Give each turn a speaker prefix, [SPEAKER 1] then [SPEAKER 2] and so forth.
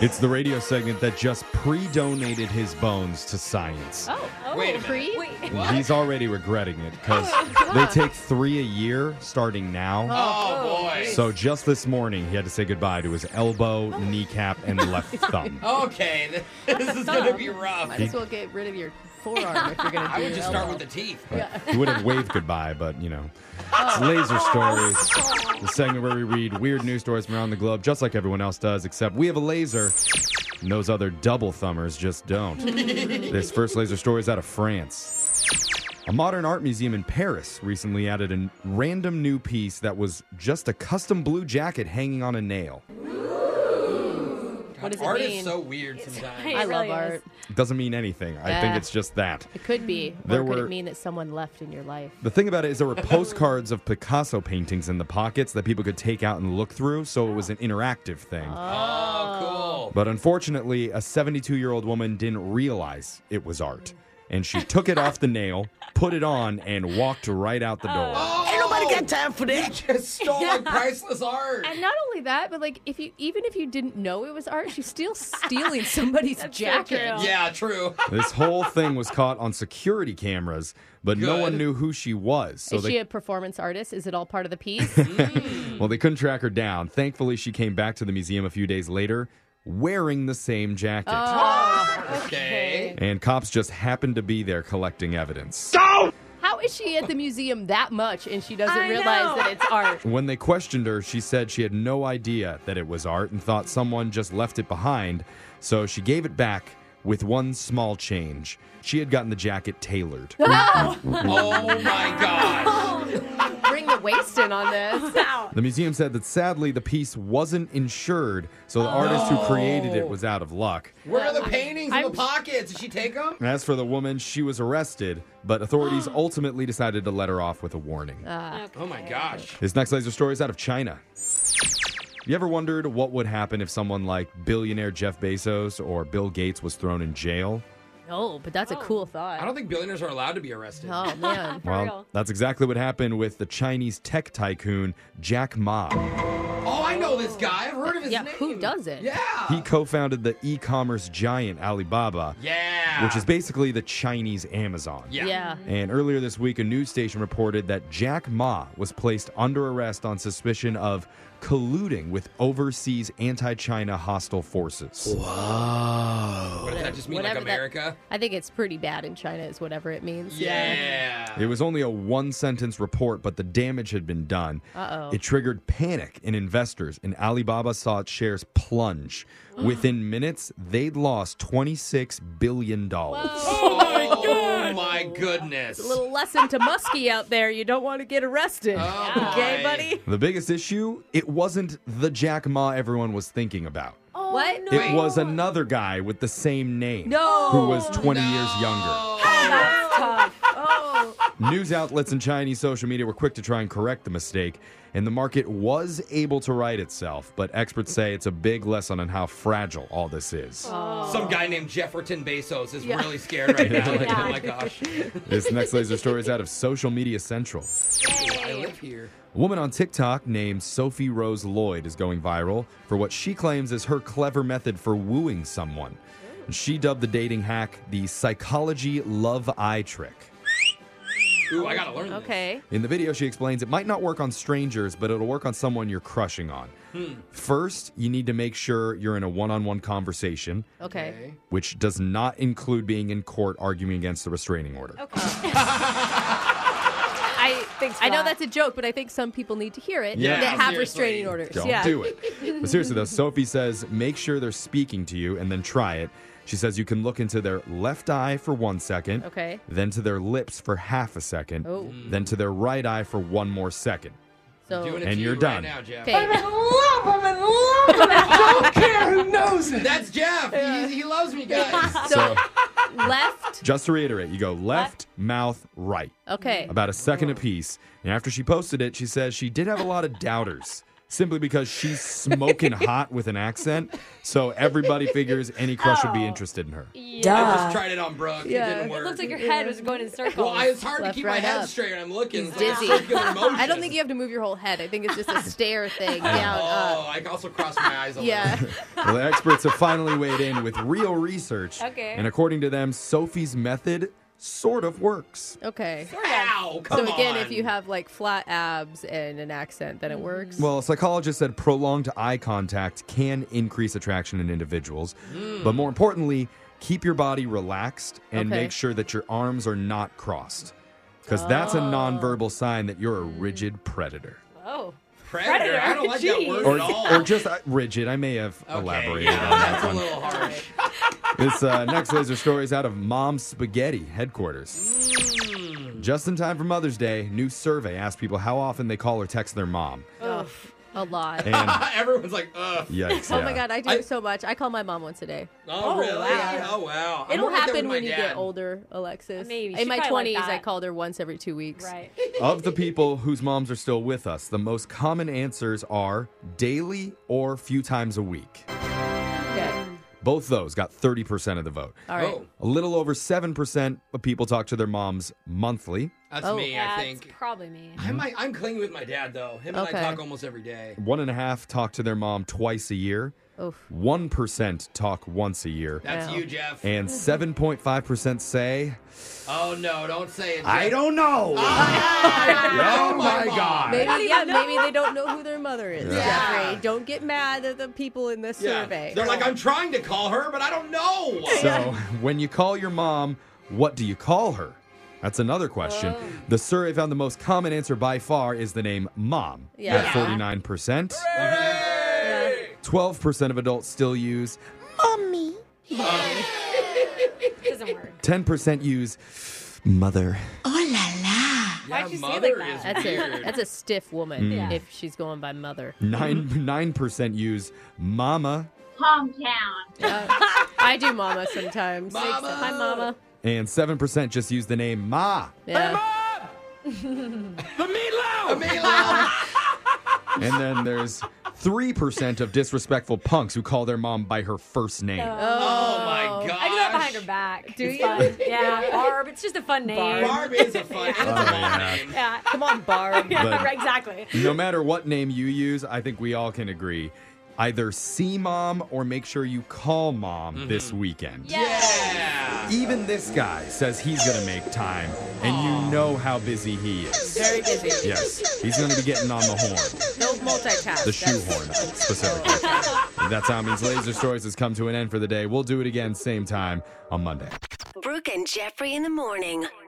[SPEAKER 1] It's the radio segment that just pre-donated his bones to science.
[SPEAKER 2] Oh, oh,
[SPEAKER 3] Wait a minute.
[SPEAKER 2] free?
[SPEAKER 4] Wait.
[SPEAKER 1] And He's already regretting it because they take three a year starting now.
[SPEAKER 3] Oh, boy.
[SPEAKER 1] So just this morning, he had to say goodbye to his elbow, kneecap, and left thumb.
[SPEAKER 3] okay, this is going to be rough.
[SPEAKER 2] Might as well get rid of your forearm if you're going to do
[SPEAKER 3] I would just
[SPEAKER 2] an
[SPEAKER 3] start with
[SPEAKER 2] elbow.
[SPEAKER 3] the teeth.
[SPEAKER 1] He would have waved goodbye, but you know, it's Oh, laser stories. The segment where we read weird news stories from around the globe, just like everyone else does, except we have a laser, and those other double thumbers just don't. this first laser story is out of France. A modern art museum in Paris recently added a n- random new piece that was just a custom blue jacket hanging on a nail.
[SPEAKER 2] What does it
[SPEAKER 3] Art
[SPEAKER 2] mean?
[SPEAKER 3] is so weird sometimes.
[SPEAKER 4] It
[SPEAKER 2] I love
[SPEAKER 4] really is.
[SPEAKER 2] art.
[SPEAKER 1] It doesn't mean anything. I think
[SPEAKER 2] Ah.
[SPEAKER 1] it's just that.
[SPEAKER 2] It could be.
[SPEAKER 1] There
[SPEAKER 2] or could
[SPEAKER 1] were-
[SPEAKER 2] it mean that someone left in your life?
[SPEAKER 1] The thing about it is there were postcards of Picasso paintings in the pockets that people could take out and look through, so it was an interactive thing.
[SPEAKER 3] Oh,
[SPEAKER 1] But unfortunately, a 72 year old woman didn't realize it was art. And she took it off the nail, put it on, and walked right out the door.
[SPEAKER 2] oh,
[SPEAKER 3] cool. Ain't nobody got time for that. You just stole my priceless art.
[SPEAKER 4] And not only that, but like if you even if you didn't know it was art, she's still stealing somebody's
[SPEAKER 2] That's so
[SPEAKER 4] jacket.
[SPEAKER 2] true.
[SPEAKER 3] Yeah, true.
[SPEAKER 1] This whole thing was caught on security cameras, but no
[SPEAKER 3] Good.
[SPEAKER 1] one knew who she was. So
[SPEAKER 2] is
[SPEAKER 1] they,
[SPEAKER 2] she a performance artist? Is it all part of the piece?
[SPEAKER 1] well, they couldn't track her down. Thankfully, she came back to the museum a few days later wearing the same jacket.
[SPEAKER 2] Oh.
[SPEAKER 3] Okay.
[SPEAKER 1] And cops just happened to be there collecting evidence.
[SPEAKER 2] How is she at the museum that much and she doesn't
[SPEAKER 4] I
[SPEAKER 2] realize
[SPEAKER 4] know.
[SPEAKER 2] that it's art?
[SPEAKER 1] When they questioned her, she said she had no idea that it was art and thought someone just left it behind, so she gave it back with one small change. She had gotten the jacket tailored.
[SPEAKER 3] Oh my gosh.
[SPEAKER 2] Bring the waist in on this.
[SPEAKER 1] the museum said that sadly the piece wasn't insured, so the artist who created it was out of luck.
[SPEAKER 3] Where are the paintings in
[SPEAKER 2] I'm-
[SPEAKER 3] the pockets? Did she take them?
[SPEAKER 1] As for the woman, she was arrested, but authorities ultimately decided to let her off with a warning.
[SPEAKER 3] Oh my gosh.
[SPEAKER 1] This next laser story is out of China. You ever wondered what would happen if someone like billionaire Jeff Bezos or Bill Gates was thrown in jail?
[SPEAKER 2] No,
[SPEAKER 4] Oh.
[SPEAKER 2] but that's a cool
[SPEAKER 3] I
[SPEAKER 2] thought.
[SPEAKER 3] don't think billionaires are allowed to be arrested.
[SPEAKER 2] Oh man.
[SPEAKER 1] well,
[SPEAKER 4] real.
[SPEAKER 1] that's exactly what happened with the Chinese tech tycoon Jack Ma.
[SPEAKER 3] Oh, I know this guy. I've heard of his
[SPEAKER 2] Yeah,
[SPEAKER 3] name.
[SPEAKER 2] who doesn't?
[SPEAKER 3] Yeah.
[SPEAKER 1] He co-founded the e-commerce giant Alibaba,
[SPEAKER 3] yeah.
[SPEAKER 1] which is basically the Chinese Amazon.
[SPEAKER 3] Ah. Yeah.
[SPEAKER 2] Yeah.
[SPEAKER 1] And earlier this week, a news station reported that Jack Ma was placed under arrest on suspicion of colluding with overseas anti-China hostile forces.
[SPEAKER 3] Oh. What does that just mean?
[SPEAKER 2] Whatever
[SPEAKER 3] like
[SPEAKER 2] that-
[SPEAKER 3] America?
[SPEAKER 2] I think it's pretty bad in China is whatever it means.
[SPEAKER 3] Yeah.
[SPEAKER 1] It was only a one sentence report, but the damage had been done.
[SPEAKER 2] Uh-oh.
[SPEAKER 1] It triggered panic in investors, and Alibaba saw its shares plunge. Within minutes, they'd lost $26 billion.
[SPEAKER 3] Oh my god. Oh my goodness.
[SPEAKER 2] Little lesson to Muskie out there, you don't want to get arrested.
[SPEAKER 3] Oh,
[SPEAKER 2] okay,
[SPEAKER 3] boy.
[SPEAKER 2] buddy?
[SPEAKER 1] The biggest issue, it wasn't the Jack Ma everyone was thinking about.
[SPEAKER 5] Oh,
[SPEAKER 2] what?
[SPEAKER 4] no.
[SPEAKER 1] It was another guy with the same name
[SPEAKER 2] No.
[SPEAKER 1] who was 20
[SPEAKER 3] No.
[SPEAKER 1] years younger.
[SPEAKER 2] Oh.
[SPEAKER 1] News outlets and Chinese social media were quick to try and correct the mistake, and the market was able to right itself. But experts say it's a big lesson on how fragile all this is.
[SPEAKER 3] Some guy named Jefferton Bezos is
[SPEAKER 2] Yeah.
[SPEAKER 3] really scared right now. Like,
[SPEAKER 4] Yeah.
[SPEAKER 3] Oh my gosh.
[SPEAKER 1] This next laser story is out of Social Media Central.
[SPEAKER 3] I live here.
[SPEAKER 1] A woman on TikTok named Sophie Rose Lloyd is going viral for what she claims is her clever method for wooing someone. She dubbed the dating hack the psychology love eye trick.
[SPEAKER 3] Ooh, I gotta learn. this.
[SPEAKER 2] Okay.
[SPEAKER 1] In the video, she explains it might not work on strangers, but it'll work on someone you're crushing on. First, you need to make sure you're in a one on one conversation,
[SPEAKER 2] Okay.
[SPEAKER 3] Okay.
[SPEAKER 1] which does not include being in court arguing against the restraining order.
[SPEAKER 4] Okay.
[SPEAKER 2] I
[SPEAKER 4] Thanks for
[SPEAKER 2] I know
[SPEAKER 4] that.
[SPEAKER 2] that's a joke, but I think some people need to hear it
[SPEAKER 1] Yeah,
[SPEAKER 2] that have
[SPEAKER 3] seriously.
[SPEAKER 2] restraining orders.
[SPEAKER 1] Don't
[SPEAKER 2] yeah.
[SPEAKER 1] do it. But seriously, though, Sophie says make sure they're speaking to you and then try it. She says you can look into their left eye for one second,
[SPEAKER 2] Okay.
[SPEAKER 1] then to their lips for half a second,
[SPEAKER 2] Oh.
[SPEAKER 1] then to their right eye for one more second.
[SPEAKER 2] So
[SPEAKER 3] Doing it
[SPEAKER 1] And
[SPEAKER 3] to
[SPEAKER 1] you're
[SPEAKER 3] you
[SPEAKER 1] done.
[SPEAKER 3] Right now, Jeff.
[SPEAKER 2] Oh. Okay.
[SPEAKER 3] That's Jeff. He, he loves me, guys.
[SPEAKER 1] So,
[SPEAKER 2] left.
[SPEAKER 1] just to reiterate, you go left, mouth, right,
[SPEAKER 2] Okay.
[SPEAKER 1] about a second apiece. And after she posted it, she says she did have a lot of doubters. simply because she's smoking hot with an accent. So everybody figures any crush would be interested in her.
[SPEAKER 3] I
[SPEAKER 5] Duh.
[SPEAKER 3] just tried it on Brooke. It didn't work.
[SPEAKER 5] It looked like your head was going in circles.
[SPEAKER 3] well, I, it's hard
[SPEAKER 2] Left,
[SPEAKER 3] to keep
[SPEAKER 2] right,
[SPEAKER 3] my head
[SPEAKER 2] up.
[SPEAKER 3] straight when I'm looking. It's like
[SPEAKER 2] dizzy.
[SPEAKER 3] circular
[SPEAKER 2] I don't
[SPEAKER 3] motion.
[SPEAKER 2] think you have to move your whole head. I think it's just a stare thing down
[SPEAKER 3] Oh,
[SPEAKER 2] up.
[SPEAKER 3] I also crossed my eyes a little.
[SPEAKER 2] Yeah.
[SPEAKER 1] Well, the experts have finally weighed in with real research.
[SPEAKER 5] Okay.
[SPEAKER 1] And according to them, Sophie's method sort of works.
[SPEAKER 2] Okay.
[SPEAKER 3] Wow,
[SPEAKER 2] So
[SPEAKER 3] come
[SPEAKER 2] again,
[SPEAKER 3] on. Mm-hmm.
[SPEAKER 2] if you have like flat abs and an accent, then it works.
[SPEAKER 1] Well, psychologists said prolonged eye contact can increase attraction in individuals,
[SPEAKER 3] Hmm.
[SPEAKER 1] but more importantly, keep your body relaxed and
[SPEAKER 2] Okay.
[SPEAKER 1] make sure that your arms are not crossed. Because that's
[SPEAKER 3] Oh.
[SPEAKER 1] a nonverbal sign that you're a
[SPEAKER 3] Hmm.
[SPEAKER 1] rigid predator.
[SPEAKER 5] Oh.
[SPEAKER 3] predator, I don't like that
[SPEAKER 5] Jeez.
[SPEAKER 3] word
[SPEAKER 1] Or,
[SPEAKER 3] at all.
[SPEAKER 1] or just uh, rigid. I may have
[SPEAKER 3] Okay,
[SPEAKER 1] elaborated
[SPEAKER 3] yeah,
[SPEAKER 1] on that
[SPEAKER 3] that's a
[SPEAKER 1] one.
[SPEAKER 3] little harsh.
[SPEAKER 1] This uh, next laser story is out of Mom Spaghetti headquarters.
[SPEAKER 3] Hmm.
[SPEAKER 1] Just in time for Mother's Day, new survey asked people how often they call or text their mom.
[SPEAKER 5] Oh,
[SPEAKER 2] A lot.
[SPEAKER 1] And yikes,
[SPEAKER 3] Everyone's like, ugh.
[SPEAKER 2] Oh my
[SPEAKER 1] yeah.
[SPEAKER 2] god, I do
[SPEAKER 3] I-
[SPEAKER 2] it so much. I call my mom once a day.
[SPEAKER 3] Oh,
[SPEAKER 5] Oh,
[SPEAKER 3] really?
[SPEAKER 5] wow.
[SPEAKER 3] Oh, wow. I'm more
[SPEAKER 2] It'll
[SPEAKER 3] like that with
[SPEAKER 2] happen
[SPEAKER 3] my
[SPEAKER 2] when you
[SPEAKER 3] dad.
[SPEAKER 2] get older, Alexis.
[SPEAKER 5] Maybe. She
[SPEAKER 2] In my
[SPEAKER 5] probably like
[SPEAKER 2] twenties, I
[SPEAKER 5] that.
[SPEAKER 2] called her once every two weeks.
[SPEAKER 5] Right.
[SPEAKER 1] Of the people whose moms are still with us, the most common answers are daily or few times a week.
[SPEAKER 2] Okay.
[SPEAKER 1] Both those got 30% of the vote.
[SPEAKER 2] All right.
[SPEAKER 3] Oh,
[SPEAKER 1] A little over 7% of people talk to their moms monthly.
[SPEAKER 3] that's
[SPEAKER 2] Oh.
[SPEAKER 3] me, I
[SPEAKER 5] That's
[SPEAKER 3] think.
[SPEAKER 5] probably me.
[SPEAKER 3] I might, I'm clingy with my dad, though. Him and
[SPEAKER 2] Okay.
[SPEAKER 3] I talk almost every day.
[SPEAKER 1] One and a half talk to their mom twice a year.
[SPEAKER 2] Oof.
[SPEAKER 1] 1% talk once a year.
[SPEAKER 3] That's
[SPEAKER 2] Wow.
[SPEAKER 3] you, Jeff.
[SPEAKER 1] And 7.5% say,
[SPEAKER 3] oh, no, don't say it.
[SPEAKER 1] I don't know.
[SPEAKER 3] Oh,
[SPEAKER 1] my God.
[SPEAKER 2] Maybe yeah, maybe they don't know who their mother is.
[SPEAKER 3] Yeah.
[SPEAKER 2] Jeffrey, don't get mad at the people in this
[SPEAKER 3] Yeah.
[SPEAKER 2] survey.
[SPEAKER 3] They're like, I'm trying to call her, but I don't know.
[SPEAKER 1] So, when you call your mom, what do you call her? That's another question.
[SPEAKER 2] Oh.
[SPEAKER 1] The survey found the most common answer by far is the name mom
[SPEAKER 2] Yeah.
[SPEAKER 1] at 49%. 12% of adults still use,
[SPEAKER 5] It doesn't work.
[SPEAKER 1] 10% use mother.
[SPEAKER 5] Why'd you say it like
[SPEAKER 3] mother
[SPEAKER 5] that?
[SPEAKER 3] is
[SPEAKER 2] That's a
[SPEAKER 3] weird.
[SPEAKER 2] that's a stiff woman
[SPEAKER 5] Yeah.
[SPEAKER 2] if she's going by mother.
[SPEAKER 1] 9
[SPEAKER 2] Mm-hmm.
[SPEAKER 1] 9% use mama
[SPEAKER 2] I do mama sometimes.
[SPEAKER 3] Mama!
[SPEAKER 2] Hi mama.
[SPEAKER 1] and 7% just use the name ma.
[SPEAKER 2] Yeah.
[SPEAKER 3] Amelia!
[SPEAKER 1] And then there's 3% of disrespectful punks who call their mom by her first name.
[SPEAKER 3] oh, my God.
[SPEAKER 5] I do that behind her back. Do
[SPEAKER 2] you?
[SPEAKER 5] yeah, Barb. It's just a fun name.
[SPEAKER 3] Barb is a fun it's a mom
[SPEAKER 1] yeah.
[SPEAKER 3] name.
[SPEAKER 5] Yeah.
[SPEAKER 2] Come on, Barb.
[SPEAKER 5] Yeah,
[SPEAKER 1] But-
[SPEAKER 5] right, exactly.
[SPEAKER 1] No matter what name you use, I think we all can agree. Either see mom or make sure you call mom this weekend.
[SPEAKER 3] Yeah.
[SPEAKER 1] Even this guy says he's going to make time, and you know how busy he is.
[SPEAKER 2] Very busy.
[SPEAKER 1] Yes, he's going to be getting on the horn,
[SPEAKER 2] No multitask.
[SPEAKER 1] the
[SPEAKER 2] That's-
[SPEAKER 1] shoehorn specifically. That's how Means Laser Stories has come to an end for the day. We'll do it again, same time on Monday.
[SPEAKER 6] Brooke and Jeffrey in the morning.